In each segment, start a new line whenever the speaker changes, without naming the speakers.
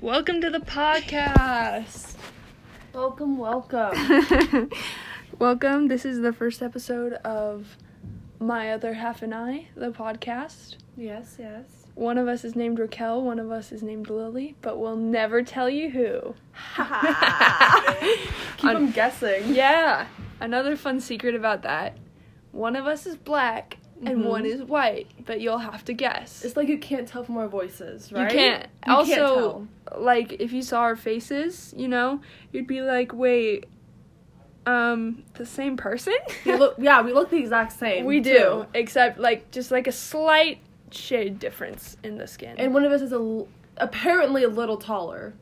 Welcome to the podcast.
Welcome, welcome.
Welcome. This is the first episode of My Other Half and I, the podcast.
yes, yes.
One of us is named Raquel, one of us is named Lily, but we'll never tell you who.
Keep
On-
them guessing.
Yeah. Another fun secret about that one of us is black and
Mhm.
one is white, but you'll have to guess.
It's like you can't tell from our voices,
You
right?
can't.
You
also,
tell.
like if you saw our faces, you know, you'd be like, "Wait, um, the same person?"
We look, yeah, we look the exact same.
we do,
too.
except like just like a slight shade difference in the skin.
And one of us is a l- apparently a little taller.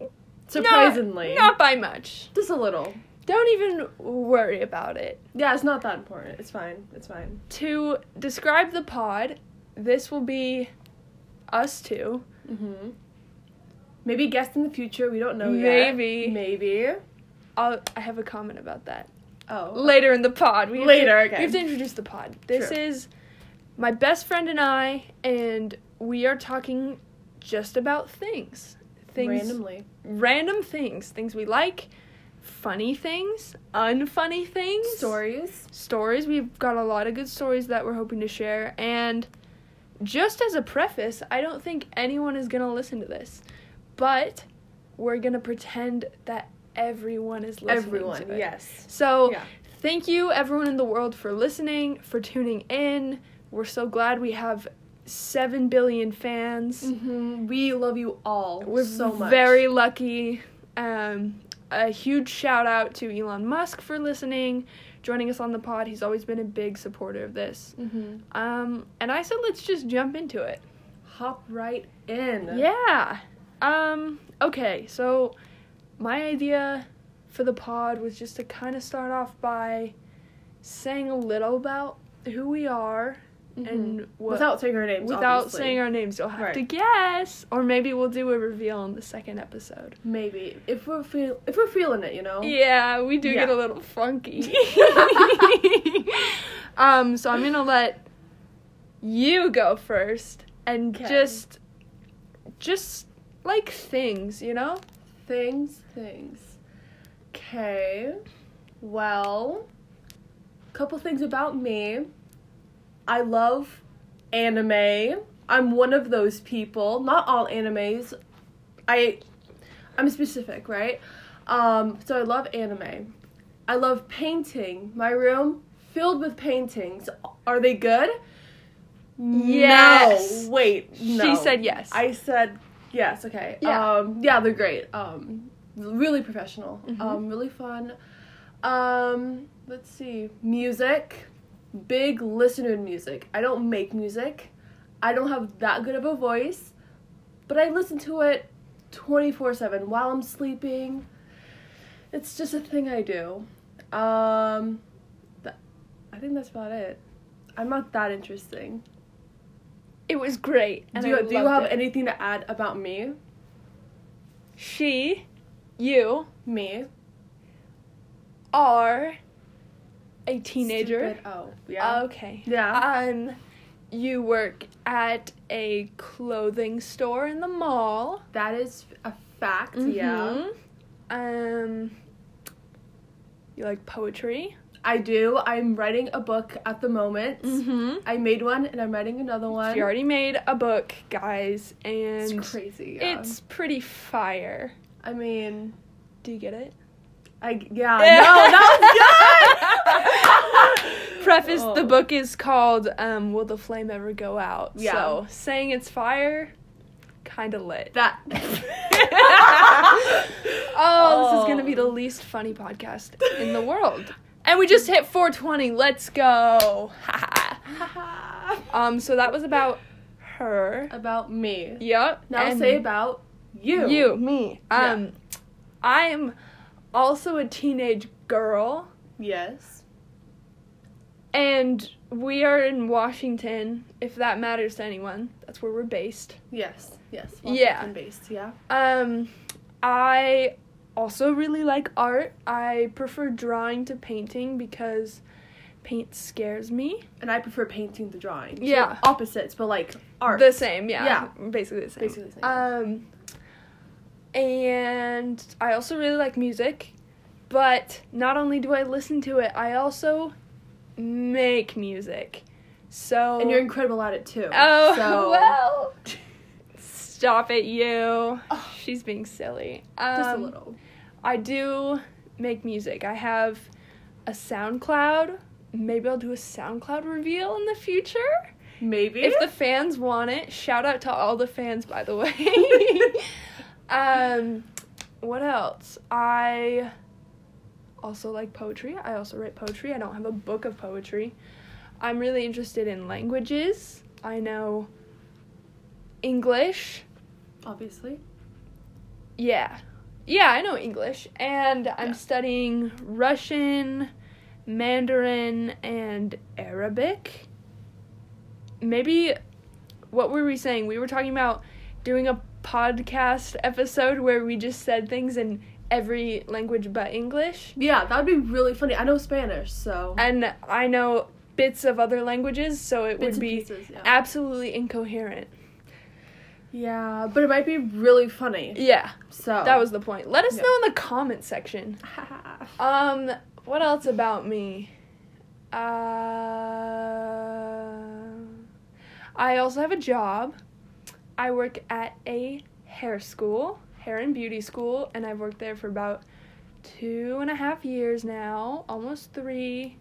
Not-
Surprisingly.
not by much.
Just a little.
Don't even worry about it.
Yeah, it's not that important. It's fine. It's fine.
To describe the pod, this will be us two.
Mm-hmm. Maybe guest in the future. We don't know
Maybe.
yet. Maybe. Maybe.
I'll, I have a comment about that.
Oh.
later in the pod. We have to-
Later, okay.
We have to introduce the pod. This
True.
is my best friend and I, and we are talking just about things. Things
Randomly.
random things. Things we like, funny things, unfunny things.
Stories.
Stories. We've got a lot of good stories that we're hoping to share. And just as a preface, I don't think anyone is gonna listen to this. But we're gonna pretend that everyone is listening.
Everyone.
to it.
Yes.
So
Yeah.
thank you everyone in the world for listening, for tuning in. We're so glad we have seven billion fans.
hmm We love you all
We're
so much.
very lucky. Um, a huge shout out to Elon Musk for listening, joining us on the pod. He's always been a big supporter of this.
hmm
Um, and I said let's just jump into it.
hop right in.
Yeah. Um, okay, so my idea for the pod was just to kind of start off by saying a little about who we are
Mhm.
and what
without saying our names.
Mm-hmm. without
obviously.
saying our names. You'll have
Right.
to guess, or maybe we'll do a reveal on the second episode.
maybe if we're feel if we're feeling it, you know.
Yeah, we do get
Yeah.
a little funky. um, so I'm gonna let you go first and
'Kay.
just, just like things, you know.
Things, things. Okay. Well, couple things about me. I love anime. I'm one of those people. Not all animes. I I'm specific, right? Um, so I love anime. I love painting. My room filled with paintings. Are they good?
Yes.
No. Wait. No.
She said yes.
I said yes. Okay.
Yeah.
Um, yeah, they're great. Um, really professional.
Mhm.
Um, really fun. Um, let's see. Music. Big listener in music. I don't make music. I don't have that good of a voice, but I listen to it 24/7 while I'm sleeping. It's just a thing I do. Um, th- I think that's about it. I'm not that interesting.
it was great. And
do you,
I
do you
loved
have
it.
anything to add about me?
She, you
Me?
are a teenager.
Stupid. Oh, yeah.
Okay.
yeah.
Um, you work at a clothing store in the mall.
that is a fact, Mm-hmm.
Mm-hmm.
yeah.
Um, you like poetry?
I do. I'm writing a book at the moment.
Mm-hmm.
I made one and I'm writing another one.
She already made a book, guys, and
it's crazy. Yeah.
it's pretty fire.
I mean,
Do you get it?
I yeah. No, that was good.
Preface: The
Oh.
book is called um, "Will the Flame Ever Go Out?"
Yeah.
So saying it's fire, kind of lit.
That.
oh, this is gonna be the
Oh.
least funny podcast in the world. And we just hit 420. Let's go. um, so that was about her.
about me.
Yep.
Now
and
say about you.
You, me.
Yeah.
Um, I'm also a teenage girl,
Yes.
and we are in Washington. If that matters to anyone, that's where we're based.
Yes. Yes.
Yeah.
Washington Based. Yeah.
Um, I also really like art. I prefer drawing to painting because paint scares me.
And I prefer painting to drawing. So
Yeah.
opposites, but like art.
The same, yeah.
Yeah.
Basically the same.
Basically the same.
Um, And I also really like music, but not only do I listen to it, I also make music. So
And you're incredible at it too.
Oh,
so.
well. Stop it, you.
Ugh.
She's being silly.
Just
Um,
a little.
I do make music. I have a SoundCloud. Maybe I'll do a SoundCloud reveal in the future.
Maybe.
If the fans want it, shout out to all the fans, by the way. um, what else? I also like poetry. I also write poetry. I don't have a book of poetry. I'm really interested in languages. I know English.
Obviously.
Yeah. Yeah, I know English. And I'm
Yeah.
studying Russian, Mandarin, and Arabic. Maybe what were we saying? We were talking about doing a podcast episode where we just said things in every language but English.
Yeah, that would be really funny. I know Spanish, so.
And I know bits of other languages, so it
Bits
would
and
be
pieces, yeah.
absolutely incoherent.
yeah, but it might be really funny.
Yeah,
So.
that was the point. Let us
Oh. Yeah.
know in the comment section. Um, what else about me? Uh, I also have a job. I work at a hair school, hair and beauty school, and I've worked there for about two and a half years now, almost three.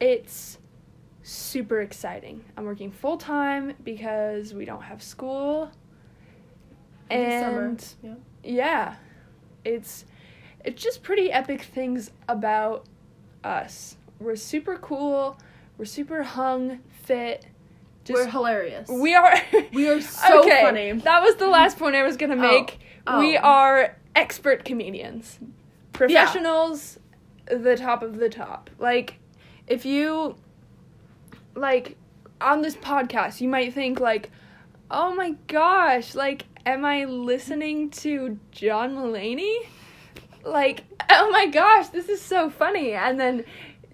It's super exciting. I'm working full time because we don't have school.
This summer.
And
Yeah.
yeah it's it's just pretty epic things about us we're super cool we're super hung fit
We're
just
hilarious.
we are
We are so
okay,
funny.
that was the last point i was gonna
Oh,
make we
oh.
are expert comedians professionals the top of the top like if you like on this podcast you might think like oh my gosh like am i listening to john mullaney like oh my gosh this is so funny and then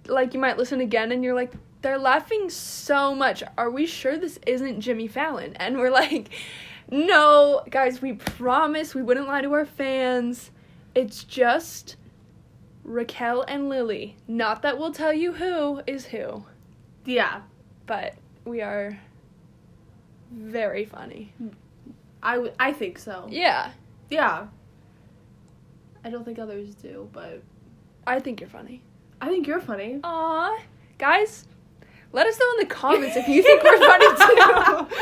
like you might listen again and you're like they're laughing so much are we sure this isn't jimmy fallon and we're like no guys we promise we wouldn't lie to our fans it's just raquel and lily not that we'll tell you who is who
Yeah.
but we are very funny
I, w- I think so.
yeah
Yeah. I don't think others do, but
i think you're funny
I think you're funny.
Aw. Guys, let us know in the comments if you think we're funny too.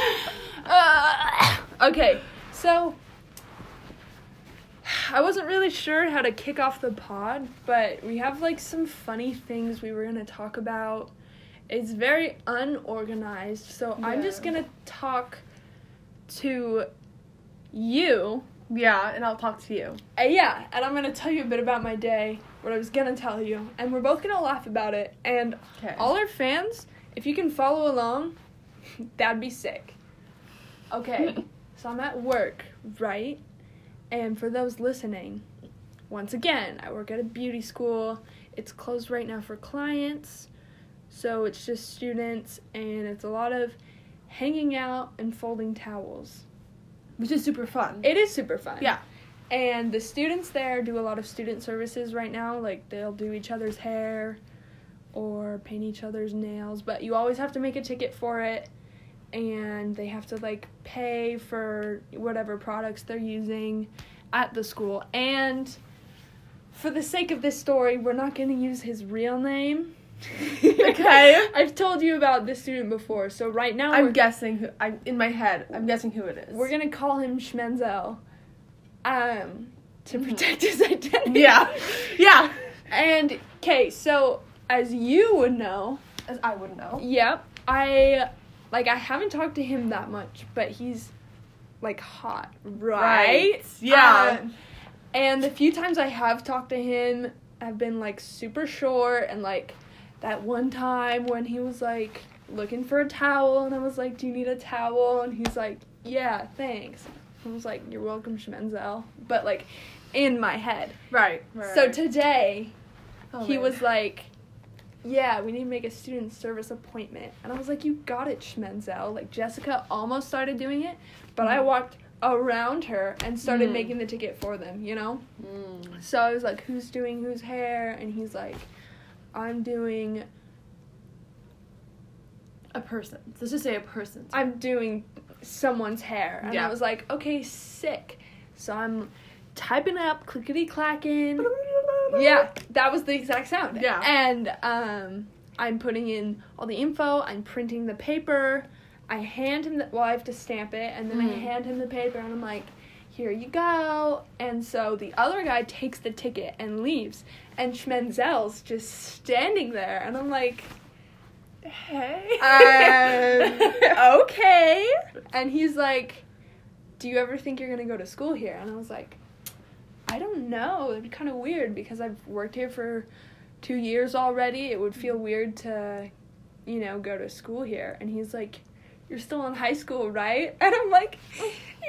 Uh, okay, so I wasn't really sure how to kick off the pod, but we have like some funny things we were gonna talk about. It's very unorganized, so I'm just
Yeah.
gonna talk to you.
Yeah, and I'll talk to you.
Uh, yeah, and I'm gonna tell you a bit about my day, what I was gonna tell you, and we're both gonna laugh about it. And
Okay.
all our fans, if you can follow along, that'd be sick. Okay, so I'm at work, right? And for those listening, once again, I work at a beauty school. It's closed right now for clients, so it's just students, and it's a lot of hanging out and folding towels.
Which is super fun.
It is super fun.
Yeah.
And the students there do a lot of student services right now. Like they'll do each other's hair or paint each other's nails, but you always have to make a ticket for it and they have to like pay for whatever products they're using at the school. And for the sake of this story, we're not going to use his real name.
Okay.
I've told you about this student before. So right now
I'm
we're-
guessing who I'm in my head. I'm guessing who it is.
we're gonna call him Schmenzel, um, to protect his identity.
Yeah. Yeah.
And okay, so as you would know,
As I wouldn't know.
yep, I like I haven't talked to him that much, but he's like hot, right?
Yeah.
Um, and the few times I have talked to him have been like super short and like that one time when he was like looking for a towel and I was like, Do you need a towel? And he's like, Yeah, thanks. I was like, You're welcome, Schmenzel. But like in my head.
right. Right.
So today
Oh,
he
man.
was like, Yeah, we need to make a student service appointment. And I was like, You got it, Schmenzel. Like Jessica almost started doing it, but I
Mhm.
walked around her and started
Mm.
making the ticket for them, you know? So I was like, who's doing whose hair? And he's like, I'm doing,
A person. So let's just say a person.
I'm doing someone's hair. And
Yeah.
I was like, okay, sick. So I'm typing up, clickety clacking. yeah, that was the exact sound.
Yeah.
And um, I'm putting in all the info. I'm printing the paper. I hand him the. Well, I have to stamp it, and then I
Mm.
hand him the paper, and I'm like, "Here you go." And so the other guy takes the ticket and leaves, and Schmenzel's just standing there, and I'm like,
Hey.
um, okay. And he's like, Do you ever think you're going to go to school here? And I was like, I don't know. It'd be kind of weird because I've worked here for two years already. It would feel weird to, you know, go to school here. And he's like, You're still in high school, right? And I'm like,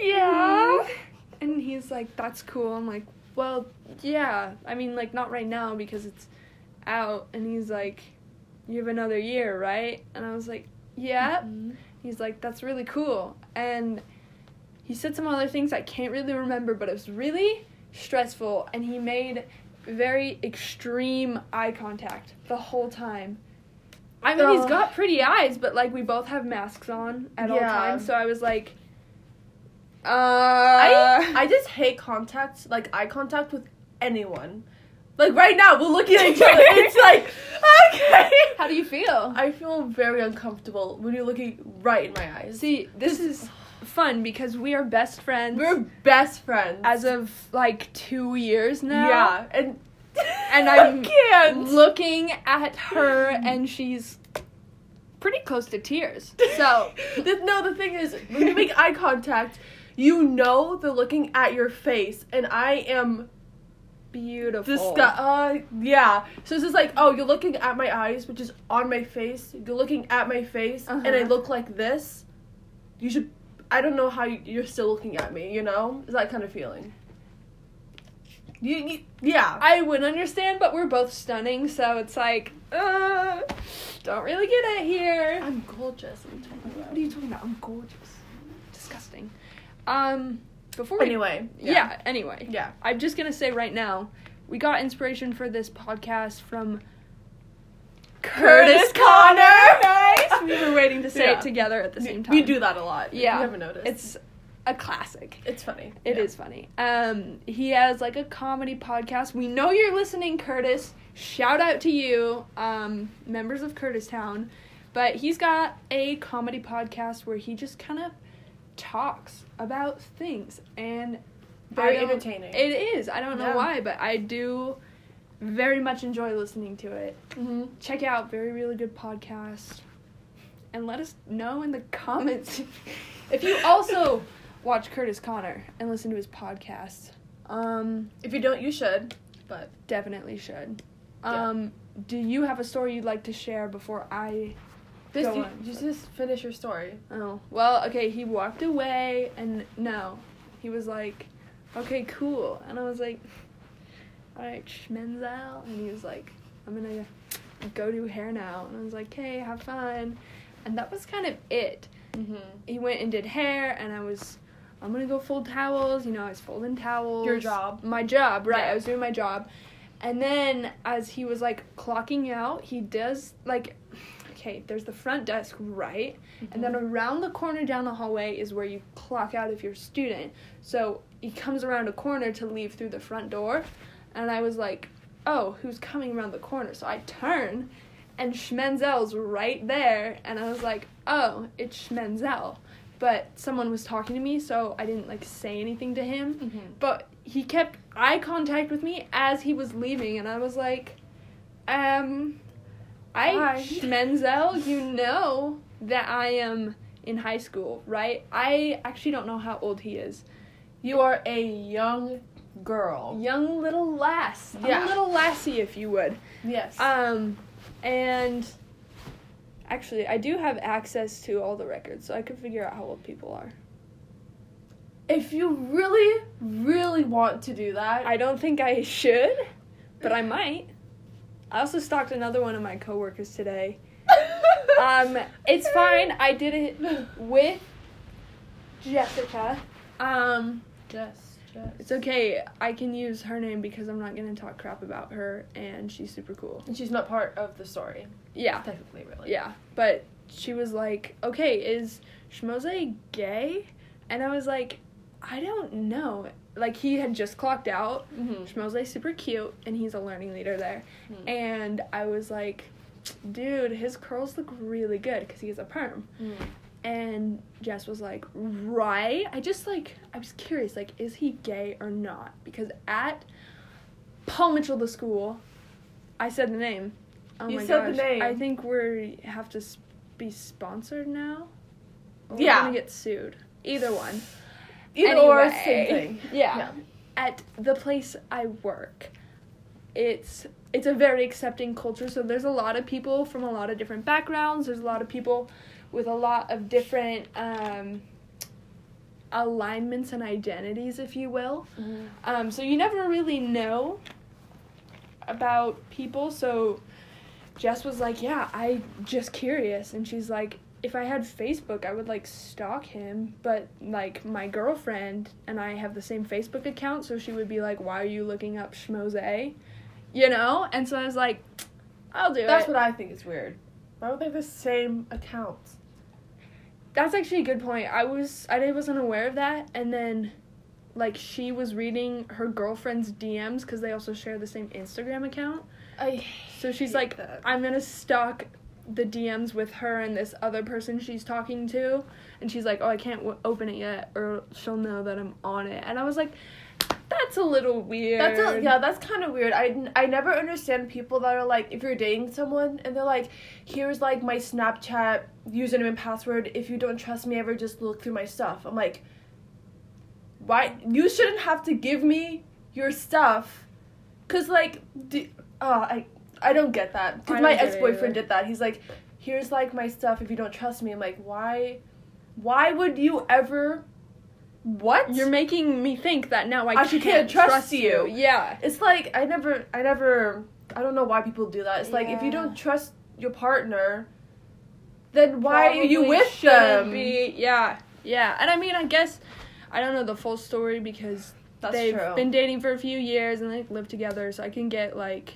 Yeah. And he's like, That's cool. I'm like, Well, yeah. I mean, like, not right now because it's out. And he's like, you have another year, right? And I was like, yeah. He's like, that's really cool. And he said some other things I can't really remember, but it was really stressful. And he made very extreme eye contact the whole time. I mean, he's
Ugh.
got pretty eyes, but like we both have masks on at all
Yeah.
times. So I was like, uh,
I I just hate contact, like eye contact with anyone. Like right now, we're looking at each other. It's like, okay.
how do you feel?
I feel very uncomfortable when you're looking right in my eyes.
See, this is fun because we are best friends.
We're best friends.
as of like two years now.
yeah, and
And I'm
I can't.
looking at her and she's pretty close to tears. So
the, no, the thing is, when you make eye contact, you know they're looking at your face, and I am
beautiful.
disgust. Uh, yeah. So it's just like, oh, you're looking at my eyes, which is on my face. You're looking at my face, and I
Uh-huh.
look like this. You should. I don't know how you, you're still looking at me. You know, it's that kind of feeling. You, you yeah.
I would understand, but we're both stunning, so it's like, uh, don't really get it here.
I'm gorgeous. What are you talking about?
What are you talking about? I'm gorgeous. Disgusting. Um, before we.
Anyway.
yeah anyway.
Yeah.
I'm just gonna say right now, we got inspiration for this podcast from
Curtis Connor.
Nice. We were waiting to say
Yeah.
it together at the
We-
same time.
We do that a lot.
Yeah.
You haven't noticed.
It's a classic.
it's funny.
It is funny. Um, he has like a comedy podcast. We know you're listening, Curtis. Shout out to you, um, members of Curtis Town. But he's got a comedy podcast where he just kind of talks about things, and
Very
I don't-
entertaining.
It is. I don't know
Yeah.
why, but I do very much enjoy listening to it.
Mm-hmm.
Check out very really good podcast, and let us know in the comments if you also watch Curtis Connor and listen to his podcast. Um,
If you don't, you should. But
definitely should.
Yeah.
Um, do you have a story you'd like to share before I?
this,
Go
you,
on.
you just finish your story.
Oh well, okay. He walked away, and no, he was like, "Okay, cool," and I was like, "All right, Schmenzel," and he was like, "I'm gonna go do hair now," and I was like, "Hey, have fun," and that was kind of it.
Mm-hmm.
He went and did hair, and I was, "I'm gonna go fold towels," you know, I was folding towels.
Your job.
My job, right?
Yeah.
I was doing my job, and then as he was like clocking out, he does like, okay, there's the front desk, right? And
Mm-hmm.
then around the corner down the hallway is where you clock out if you're a student. So he comes around a corner to leave through the front door. And I was like, oh, who's coming around the corner? So I turn and Schmenzel's right there. And I was like, oh, it's Schmenzel. But someone was talking to me, so I didn't like say anything to him.
Mhm.
But he kept eye contact with me as he was leaving. And I was like, um, I
Hi.
Schmenzel, you know that I am in high school, right? I actually don't know how old he is.
You are a young girl.
Young little lass.
Yeah.
A little lassie if you would.
Yes.
Um and actually I do have access to all the records, so I could figure out how old people are.
if you really, really want to do that,
I don't think I should, but I might. I also stalked another one of my coworkers today. Um, it's fine. I did it with Jessica. Um,
Jess, Jess.
it's okay. I can use her name because I'm not gonna talk crap about her, and she's super cool.
And she's not part of the story,
Yeah,
technically, really.
yeah. But she was like, "Okay, is Schmoze gay?" And I was like, "I don't know." Like he had just clocked out.
Mm-hmm.
Schmoze's super cute, and he's a learning leader there.
Hmm.
And I was like, "Dude, his curls look really good because he has a perm." and Jess was like, "Right?" I just like I was curious, like, is he gay or not? Because at Paul Mitchell, the school, I said the name. Oh
You
my
said the
gosh.
name.
I think we have to s- be sponsored now. Or
Yeah.
We're gonna get sued. Either one.
Either or,
Anyway,
same thing.
Yeah. At the place I work, it's it's a very accepting culture. So there's a lot of people from a lot of different backgrounds. There's a lot of people with a lot of different um, alignments and identities, if you will. Um, so you never really know about people. So Jess was like, "Yeah, I just curious," and she's like, "If I had Facebook, I would like stalk him, but like my girlfriend and I have the same Facebook account, so she would be like, "Why are you looking up schmoze?" You know? And so I was like, "I'll do
That's
it."
what I think is weird. Why would they have the same accounts?
That's actually a good point. I was I wasn't aware of that, and then like she was reading her girlfriend's DMs because they also share the same Instagram account.
I
So she's
hate
like,
that.
I'm gonna stalk the DMs with her and this other person she's talking to, and she's like, oh, I can't w- open it yet, or she'll know that I'm on it. And I was like, that's a little weird.
That's a, yeah, that's kind of weird. I, I never understand people that are like, if you're dating someone and they're like, here's like my Snapchat username and password. If you don't trust me ever, just look through my stuff. I'm like, why? You shouldn't have to give me your stuff. Cause like, d oh, I, I don't get that.
I
Cause
don't
my
get it
ex boyfriend
either.
did that. He's like, here's like my stuff. If you don't trust me, I'm like, why? Why would you ever? What?
You're making me think that now I,
I
can't,
can't trust you.
Yeah.
It's like I never, I never, I don't know why people do that. It's like if you
Yeah.
don't trust your partner, then why are you
Probably
with
shouldn't
them?
Be, yeah, yeah. And I mean, I guess I don't know the full story because
That's
they've
true.
been dating for a few years and like lived together, so I can get like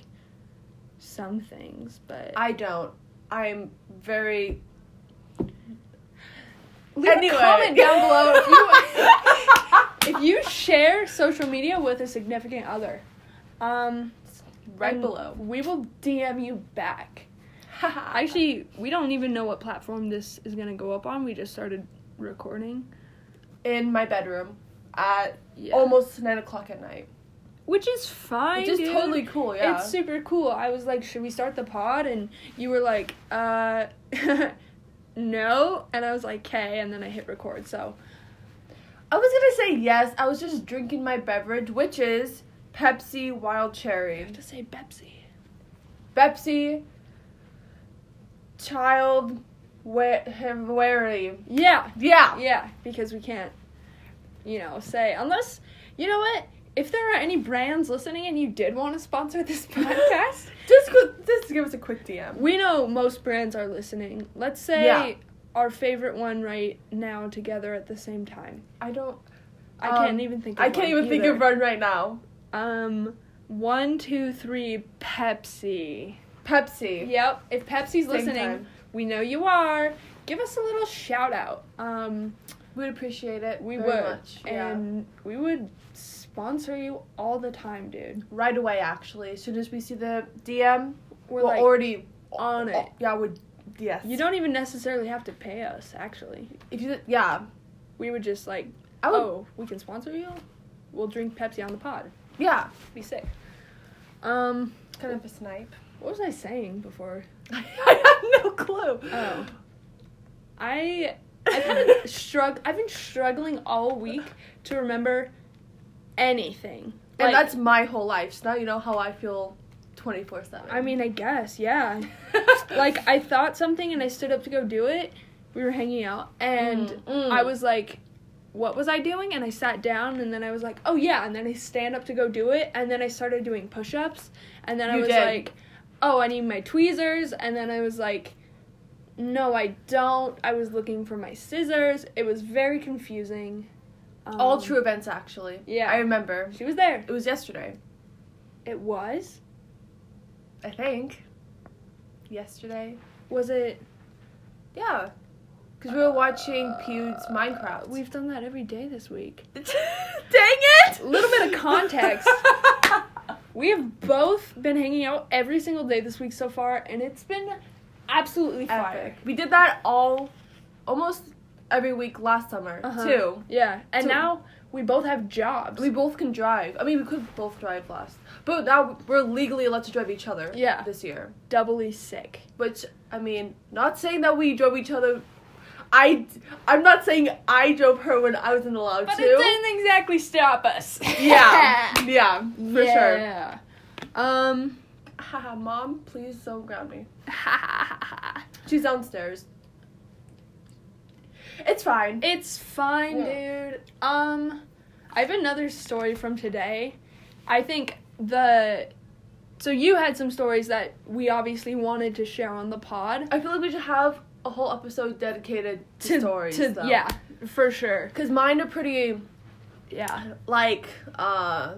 some things, but
I don't. I'm very.
Leave
Anyway.
a comment down below if you if you share social media with a significant other. Um,
right
and
below.
We will DM you back. Actually, we don't even know what platform this is gonna go up on. We just started recording.
in my bedroom at
Yeah.
almost nine o'clock at night,
Which is fine.
which is
dude.
totally cool. Yeah.
It's super cool. I was like, should we start the pod? And you were like, uh, no. And I was like, okay. And then I hit record. So
I was gonna say yes. I was just drinking my beverage, which is Pepsi Wild Cherry.
I have to say Pepsi.
Pepsi child wa- him wary.
Yeah.
Yeah.
Yeah, because we can't, you know, say unless you know what. If there are any brands listening and you did want to sponsor this podcast,
Just go, just give us a quick DM.
we know most brands are listening. Let's say
Yeah.
our favorite one right now together at the same time.
I don't
I
Um,
can't even think. Of
I can't
one
even think
either.
of one right now.
Um, one, two, three. Pepsi.
Pepsi.
Yep. If Pepsi's
Same
listening,
time.
we know you are. Give us a little shout out. Um,
We'd appreciate it.
we
very
would,
much. yeah.
and we would sponsor you all the time, dude.
right away actually. As soon as we see the DM,
We're
we're, "Oh."
like
already
on it.
Yeah, we're yes.
You don't even necessarily have to pay us. Actually,
if you yeah.
we would just like,
I would
oh, we can sponsor you. We'll drink Pepsi on the pod.
yeah.
Be sick. Um,
Kind of a snipe.
what was I saying before?
I have no clue.
Oh, I I've had a strugg- I've been struggling all week to remember anything. Like,
and that's my whole life. So now you know how I feel 24 7.
I mean, I guess, yeah. like I thought something and I stood up to go do it. We were hanging out and
Mm, mm.
I was like, what was I doing? And I sat down and then I was like, oh yeah. And then I stand up to go do it. And then I started doing push ups. And then I
You
was
did.
like, oh, I need my tweezers. And then I was like, no, I don't. I was looking for my scissors. It was very confusing. Um,
All true events, actually.
yeah.
I remember.
She was there.
It was yesterday.
It was.
I think. Yesterday.
Was it?
Yeah. Because we were watching Pewd's Minecraft.
We've done that every day this week.
Dang it!
Little bit of context. We have both been hanging out every single day this week so far, and it's been absolutely fire.
Epic. We did that all, almost every week last summer
Uh-huh.
too.
Yeah, and
So-
now we both have jobs.
We both can drive. I mean, we could both drive last, but now we're legally allowed to drive each other.
Yeah.
This year,
doubly sick.
which I mean, not saying that we drove each other. I I'm not saying I drove her when I wasn't allowed
But
to.
it didn't exactly stop us.
yeah, yeah, for sure.
Yeah. Um.
Haha, mom, please don't ground me.
it's
She's downstairs. It's fine.
fine,
Yeah.
dude. Um, I have another story from today. I think the. So you had some stories that we obviously wanted to share on the pod.
I feel like we should have a whole episode dedicated to, stories.
to-
though.
yeah, for sure.
Cause mine are pretty
Yeah,
like uh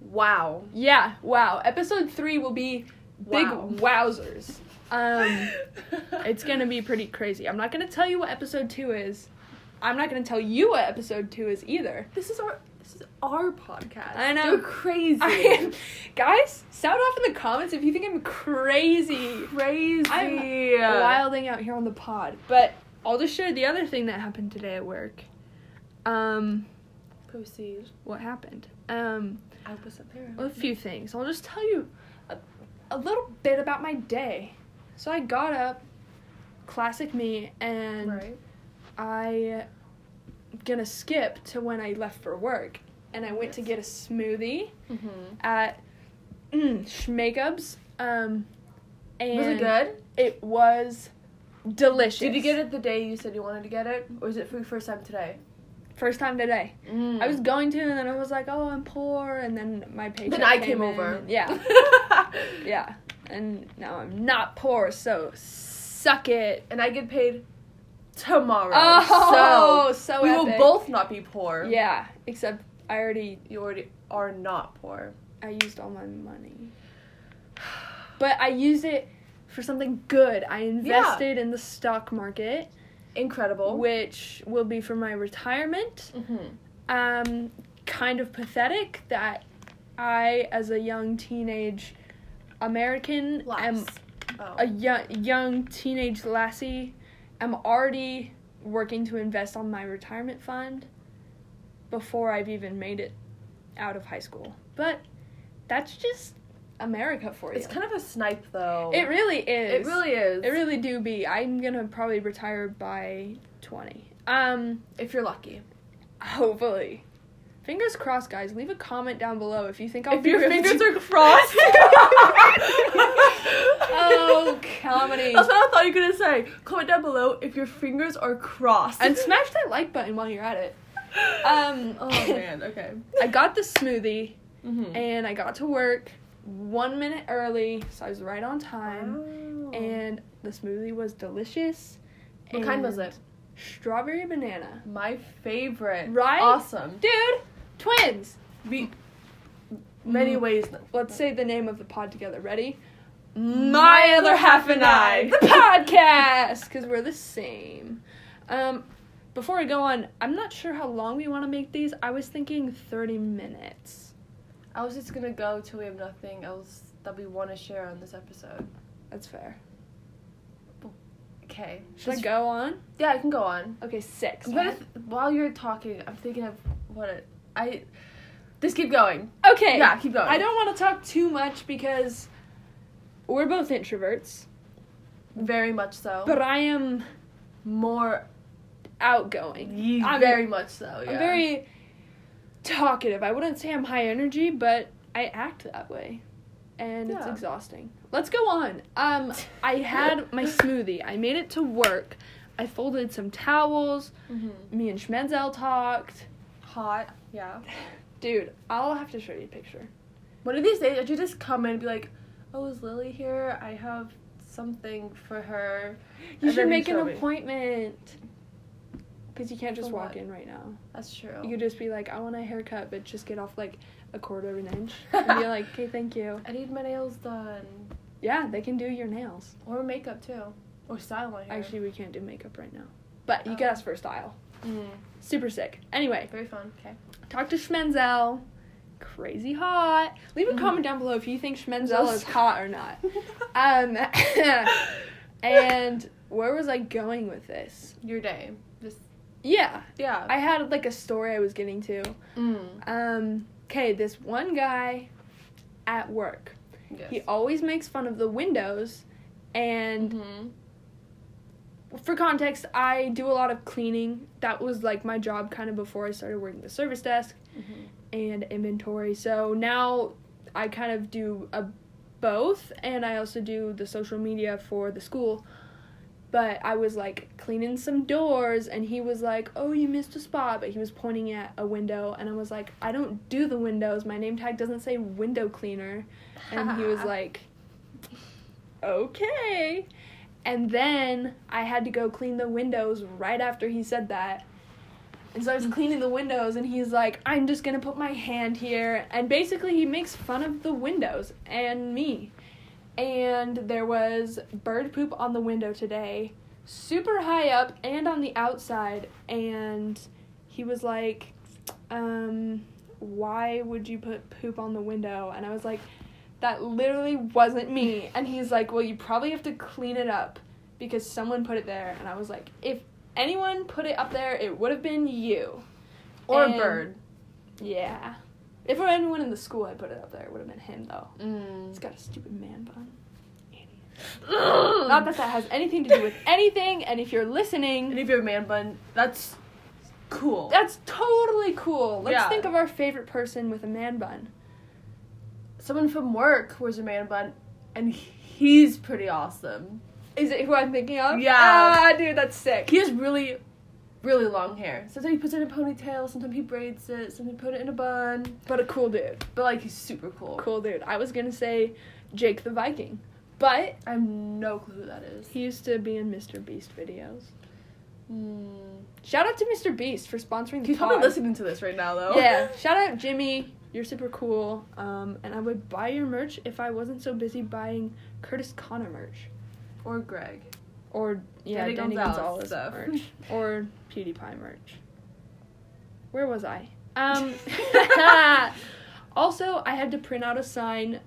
wow.
yeah. Wow. Episode three will be big
Wow.
wowzers. Um. It's gonna be pretty crazy. I'm not gonna tell you what episode two is. I'm not gonna tell you what episode two is either.
This is our this is our podcast.
I know.
You're crazy.
I am, guys, sound off in the comments if you think I'm crazy.
crazy.
I'm Wilding out here on the pod. But I'll just share the other thing that happened today at work. Um,
Proceed.
what happened? Um,
I wasn't there.
a few things. I'll just tell you a, a little bit about my day. So I got up, classic me, and
Right.
I uh, gonna skip to when I left for work, and I went to
Yes.
get a smoothie
Mm-hmm.
at mm, Schmegub's. Um, and
Was it good?
It was delicious.
Did you get it the day you said you wanted to get it, or was it for your first time today?
first time today?
Mm.
I was going to, and then I was like, "Oh, I'm poor," and then my paycheck.
Then I came
in,
over.
and- yeah, yeah, and now I'm not poor, so suck it.
and I get paid tomorrow.
Oh, so,
so we will
epic.
both not be poor.
Yeah, except I already
You already are not poor.
I used all my money. But I used it for something good. I invested in the stock market,
Incredible.
which will be for my retirement.
Mhm.
Um, kind of pathetic that I, as a young teenage American, am
Laughs. Oh.
a young, young teenage lassie, am already working to invest on my retirement fund before I've even made it out of high school. But that's just America for you.
It's kind of a snipe though.
it really is.
It really is.
It really do be. I'm gonna probably retire by twenty. Um,
if you're lucky.
hopefully. Fingers crossed, guys. Leave a comment down below if you think I'll
if
be
your
able to-
fingers are crossed.
Oh, comedy.
That's what I thought you were gonna say. Comment down below if your fingers are crossed.
and smash that like button while you're at it. Um,
Oh man. Okay.
I got the smoothie
Mm-hmm.
and I got to work one minute early, so I was right on time.
Wow.
And the smoothie was delicious.
what kind was
and
it?
Strawberry banana.
My favorite.
Right?
Awesome.
Dude, twins!
We, many
Mm.
ways.
Let's say the name of the pod together. Ready?
My Other Half and I.
The podcast! Because we're the same. Um, before I go on, I'm not sure how long we want to make these. I was thinking 30 minutes.
I was just gonna go till we have nothing else that we want to share on this episode.
That's fair.
Okay.
Should I
Just-
go on?
Yeah, I can go on.
Okay, six.
I'm gonna th- while you're talking, I'm thinking of what it, I. Just keep going.
okay.
Yeah, keep going.
I don't want to talk too much because we're both introverts,
Very much so.
but I am
more.
outgoing.
Ye-
I'm-
very much so. Yeah.
I'm very talkative. I wouldn't say I'm high energy, but I act that way. And it's
Yeah.
exhausting. Let's go on. Um I had my smoothie. I made it to work. I folded some towels.
Mhm.
Me and Schmenzel talked.
hot. Yeah.
Dude, I'll have to show you a picture.
One of these days, I should just come in and be like, "Oh, is Lily here? I have something for her."
You
And
should
then
make an
show me.
appointment. Because you can't just
For
walk
what?
in right now.
That's true.
You could just be like, I want a haircut, but just get off like a quarter of an inch. and be like, okay, thank you.
I need my nails done.
Yeah, they can do your nails.
Or makeup too. Or style my hair.
Actually, we can't do makeup right now. But you
Oh.
could ask for a style.
Mm,
Super sick. Anyway,
very fun. Okay.
talk to Schmenzel. Crazy hot. Leave a
Mhm.
comment down below if you think Schmenzel is
Schmenzel.
hot or not. Um, and where was I going with this?
your day. Just
Yeah,
yeah.
I had like a story I was getting to.
mm,
Um, okay, this one guy at work,
yes.
he always makes fun of the windows. And
Mhm.
for context, I do a lot of cleaning. That was like my job kind of before I started working the service desk
Mhm.
and inventory. So now I kind of do a both and I also do the social media for the school. But I was like cleaning some doors and he was like, "Oh, you missed a spot." But he was pointing at a window and I was like, "I don't do the windows. My name tag doesn't say window cleaner." And he was like, "Okay." And then I had to go clean the windows right after he said that. And so I was cleaning the windows, and he's like, I'm just gonna put my hand here. And basically, he makes fun of the windows and me. And there was bird poop on the window today, super high up and on the outside. And he was like, um, Why would you put poop on the window? And I was like, That literally wasn't me. And he's like, Well, you probably have to clean it up because someone put it there. And I was like, If anyone put it up there, it would have been you.
or a
and-
bird.
Yeah. If it were anyone in the school, I put it up there. It would have been him, though.
Mm.
He's got a stupid man bun. Not
Not
that that has anything to do with anything, and if you're
And
listening,
if you have a man bun, that's cool.
that's totally cool. Let's
Yeah.
think of our favorite person with a man bun.
Someone from work wears a man bun, and he's pretty awesome.
Is it who I'm thinking of?
Yeah.
Ah, dude, that's sick.
He has really, really long hair. Sometimes he puts it in a ponytail. Sometimes he braids it. Sometimes he put it in a bun.
But a cool dude.
But like he's super cool.
Cool dude. I was gonna say Jake the Viking, but
I have no clue who that is.
he used to be in Mr. Beast videos. Hmm.
Mm.
Shout out to Mr. Beast for sponsoring the
He's
pod.
probably listening to this right now though.
Yeah. Shout out Jimmy. You're super cool. Um, and I would buy your merch if I wasn't so busy buying Curtis Connor merch.
Or Greg.
Or yeah, Danny,
Danny
Gonzalez,
Gonzalez stuff.
merch. Or PewDiePie merch. Where was I? Um also I had to print out a sign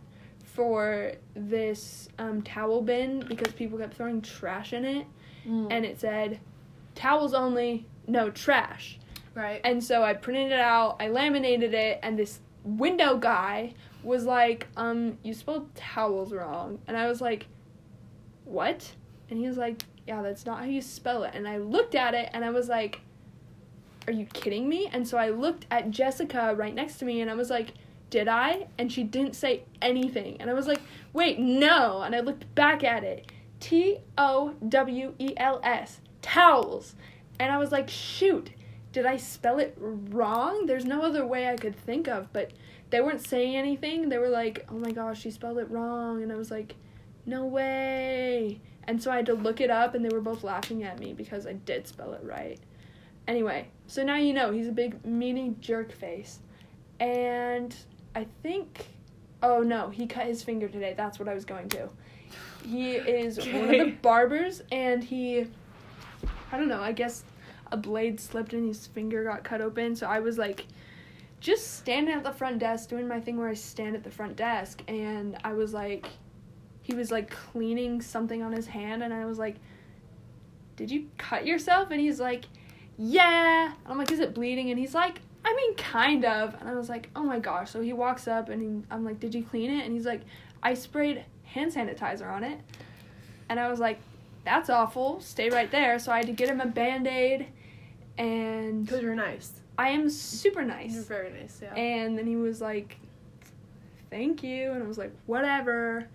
for this um, towel bin because people kept throwing trash in it
Hmm. Mm.
and it said towels only, no trash.
right.
And so I printed it out, I laminated it, and this window guy was like, um, you spelled towels wrong. And I was like, what? And he was like, yeah, that's not how you spell it. And I looked at it and I was like, are you kidding me? And so I looked at Jessica right next to me and I was like, did I? And she didn't say anything. And I was like, wait, no. And I looked back at it T O W E L S, towels. And I was like, shoot, did I spell it wrong? There's no other way I could think of, but they weren't saying anything. They were like, oh my gosh, she spelled it wrong. And I was like, no way. And so I had to look it up, and they were both laughing at me because I did spell it right. Anyway, so now you know he's a big, meaty jerk face. And I think, oh no, he cut his finger today. That's what I was going to. He is one of
Okay.
the barbers, and he, I don't know, I guess a blade slipped and his finger got cut open. So I was like, just standing at the front desk, doing my thing where I stand at the front desk, and I was like, he was like cleaning something on his hand, and I was like, Did you cut yourself? And he's like, Yeah. And I'm like, Is it bleeding? And he's like, I mean, kind of. And I was like, Oh my gosh. So he walks up, and he, I'm like, Did you clean it? And he's like, I sprayed hand sanitizer on it. And I was like, That's awful. Stay right there. So I had to get him a band aid, and
Because you're nice.
I am super nice.
You're very nice, yeah.
And then he was like, thank you. And I was like, whatever.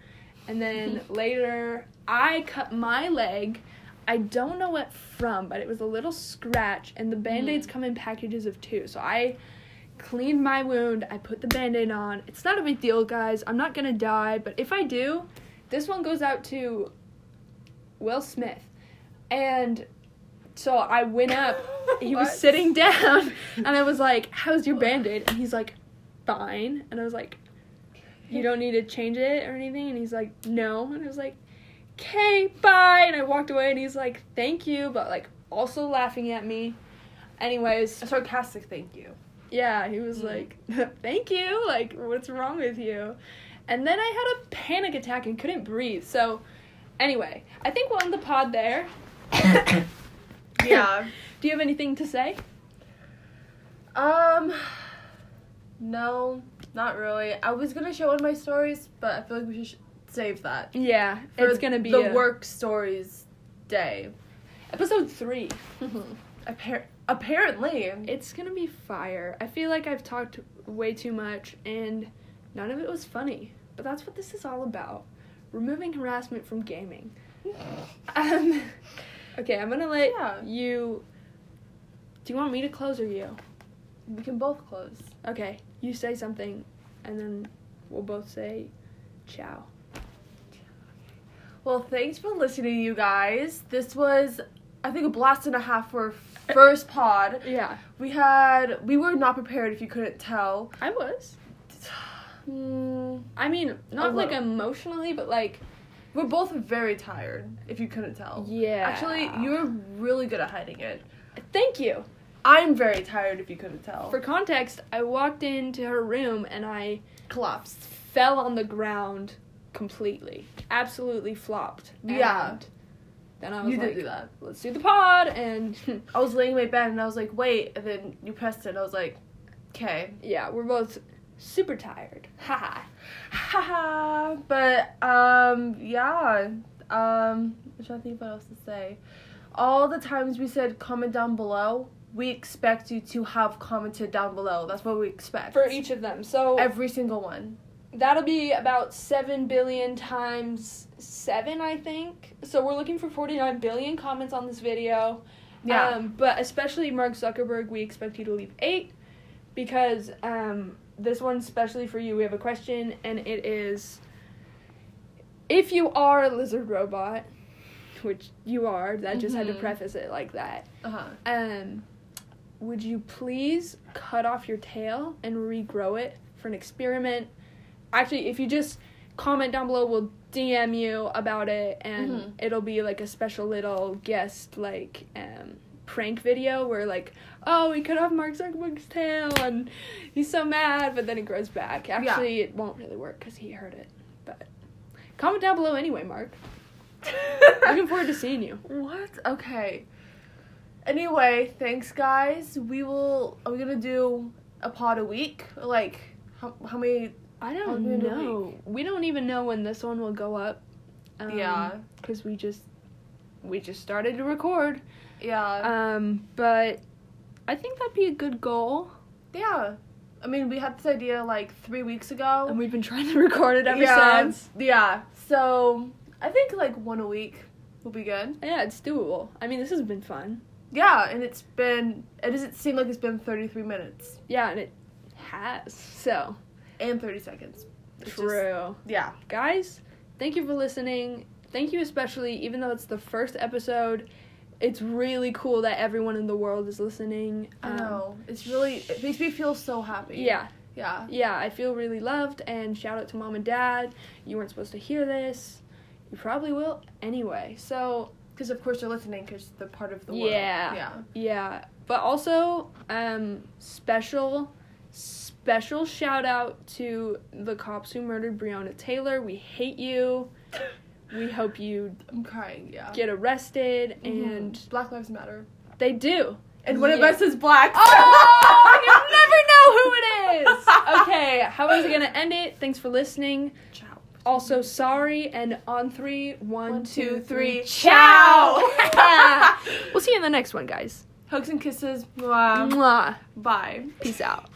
And then later, I cut my leg. I don't know what from, but it was a little scratch, and the band aids
Mhm.
come in packages of two. So I cleaned my wound, I put the band aid on. It's not a big deal, guys. I'm not gonna die, but if I do, this one goes out to Will Smith. And So I went up. He was
What?
sitting down, and I was like, "How's your band aid?" And he's like, "Fine." And I was like, "You don't need to change it or anything." And he's like, "No." And I was like, "Okay, bye." And I walked away, and he's like, "Thank you," but like also laughing at me. Anyways,
A sarcastic thank you.
yeah, he was
Mhm.
like, "Thank you. Like, what's wrong with you?" And then I had a panic attack and couldn't breathe. So, anyway, I think we'll end the pod there.
Yeah.
Do you have anything to say?
um no, not really. I was gonna show one of my stories, but I feel like we should save that.
Yeah,
for
it's gonna be
the
a-
work stories day.
episode three.
Appar- apparently.
It's gonna be fire. I feel like I've talked way too much and none of it was funny. But that's what this is all about: removing harassment from gaming. Um, okay, I'm gonna let
Yeah.
you. Do you want me to close or you?
we can both close.
Okay, you say something, and then we'll both say, "Ciao."
Well, thanks for listening, you guys. This was, I think, a blast and a half for our first pod.
Yeah,
We had, we were not prepared if you couldn't tell.
I was.
Mm,
I mean, not like
little.
emotionally, but like
We're both very tired, if you couldn't tell.
yeah.
Actually, you're really good at hiding it.
Thank you.
I'm very tired, if you couldn't tell.
For context, I walked into her room and I
collapsed.
fell on the ground completely. Absolutely flopped.
Yeah.
And then I was
You
like,
did do that.
let's do the pod. And
I was laying in my bed and I was like, wait, and then you pressed it and I was like, okay.
yeah, we're both super tired. Haha.
Haha. but um yeah. Um I'm trying to think what else to say. All the times we said comment down below, we expect you to have commented down below. That's what we expect.
For each of them. So
every single one.
that'll be about 7 billion times 7, I think. So we're looking for 49 billion comments on this video.
Yeah.
Um, but especially Mark Zuckerberg, we expect you to leave eight because um, this one's especially for you. We have a question, and it is if you are a lizard robot, which you are, that just had to
Mhm.
preface it like that,
uh-huh.
um, would you please cut off your tail and regrow it for an experiment? Actually, if you just comment down below, we'll DM you about it, and
Mhm.
it'll be like a special little guest like um, prank video where like, oh, we cut off Mark Zuckerberg's tail, and he's so mad, but then it grows back. Actually, it won't really work because he heard it. But comment down below anyway, Mark. Looking forward to seeing you.
What? Okay. Anyway, thanks guys. We will are we gonna do a pod a week? Like how how many
I
I'll
don't
do it in a
know. We don't even know when this one will go up. Um,
Yeah.
because we just we just started to record.
Yeah.
Um, but I think that'd be a good goal.
yeah. I mean we had this idea like three weeks ago.
And we've been trying to record it ever
yeah.
since.
Yeah. So I think like one a week will be good.
Yeah, it's doable. I mean, this has been fun.
Yeah, and it's been it doesn't seem like it's been thirty three minutes
Yeah, and it has. So
and thirty seconds. It's just-
true,
yeah.
guys. Thank you for listening. Thank you especially, even though it's the first episode. It's really cool that everyone in the world is listening.
I know. It's really it makes me feel so happy.
Um, Yeah,
Yeah.
yeah, I feel really loved and shout out to mom and dad. You weren't supposed to hear this. You probably will anyway. So,
Because of course they're listening because they're part of the world.
Yeah.
Yeah.
yeah. But also, um special special shout out to the cops who murdered Breonna Taylor. We hate you. We hope you
I'm crying. Yeah.
get arrested and
Mhm. Black Lives Matter.
they do.
And one of
Yeah.
us is black.
Oh, you never know who it is. Okay, how was I gonna end it? Thanks for listening.
Ciao.
Also sorry and on three,
One,
one, two, three.
Ciao.
we'll see you in the next one, guys. Um,
Hugs and kisses. Mwah.
Mwah.
Bye.
Peace out.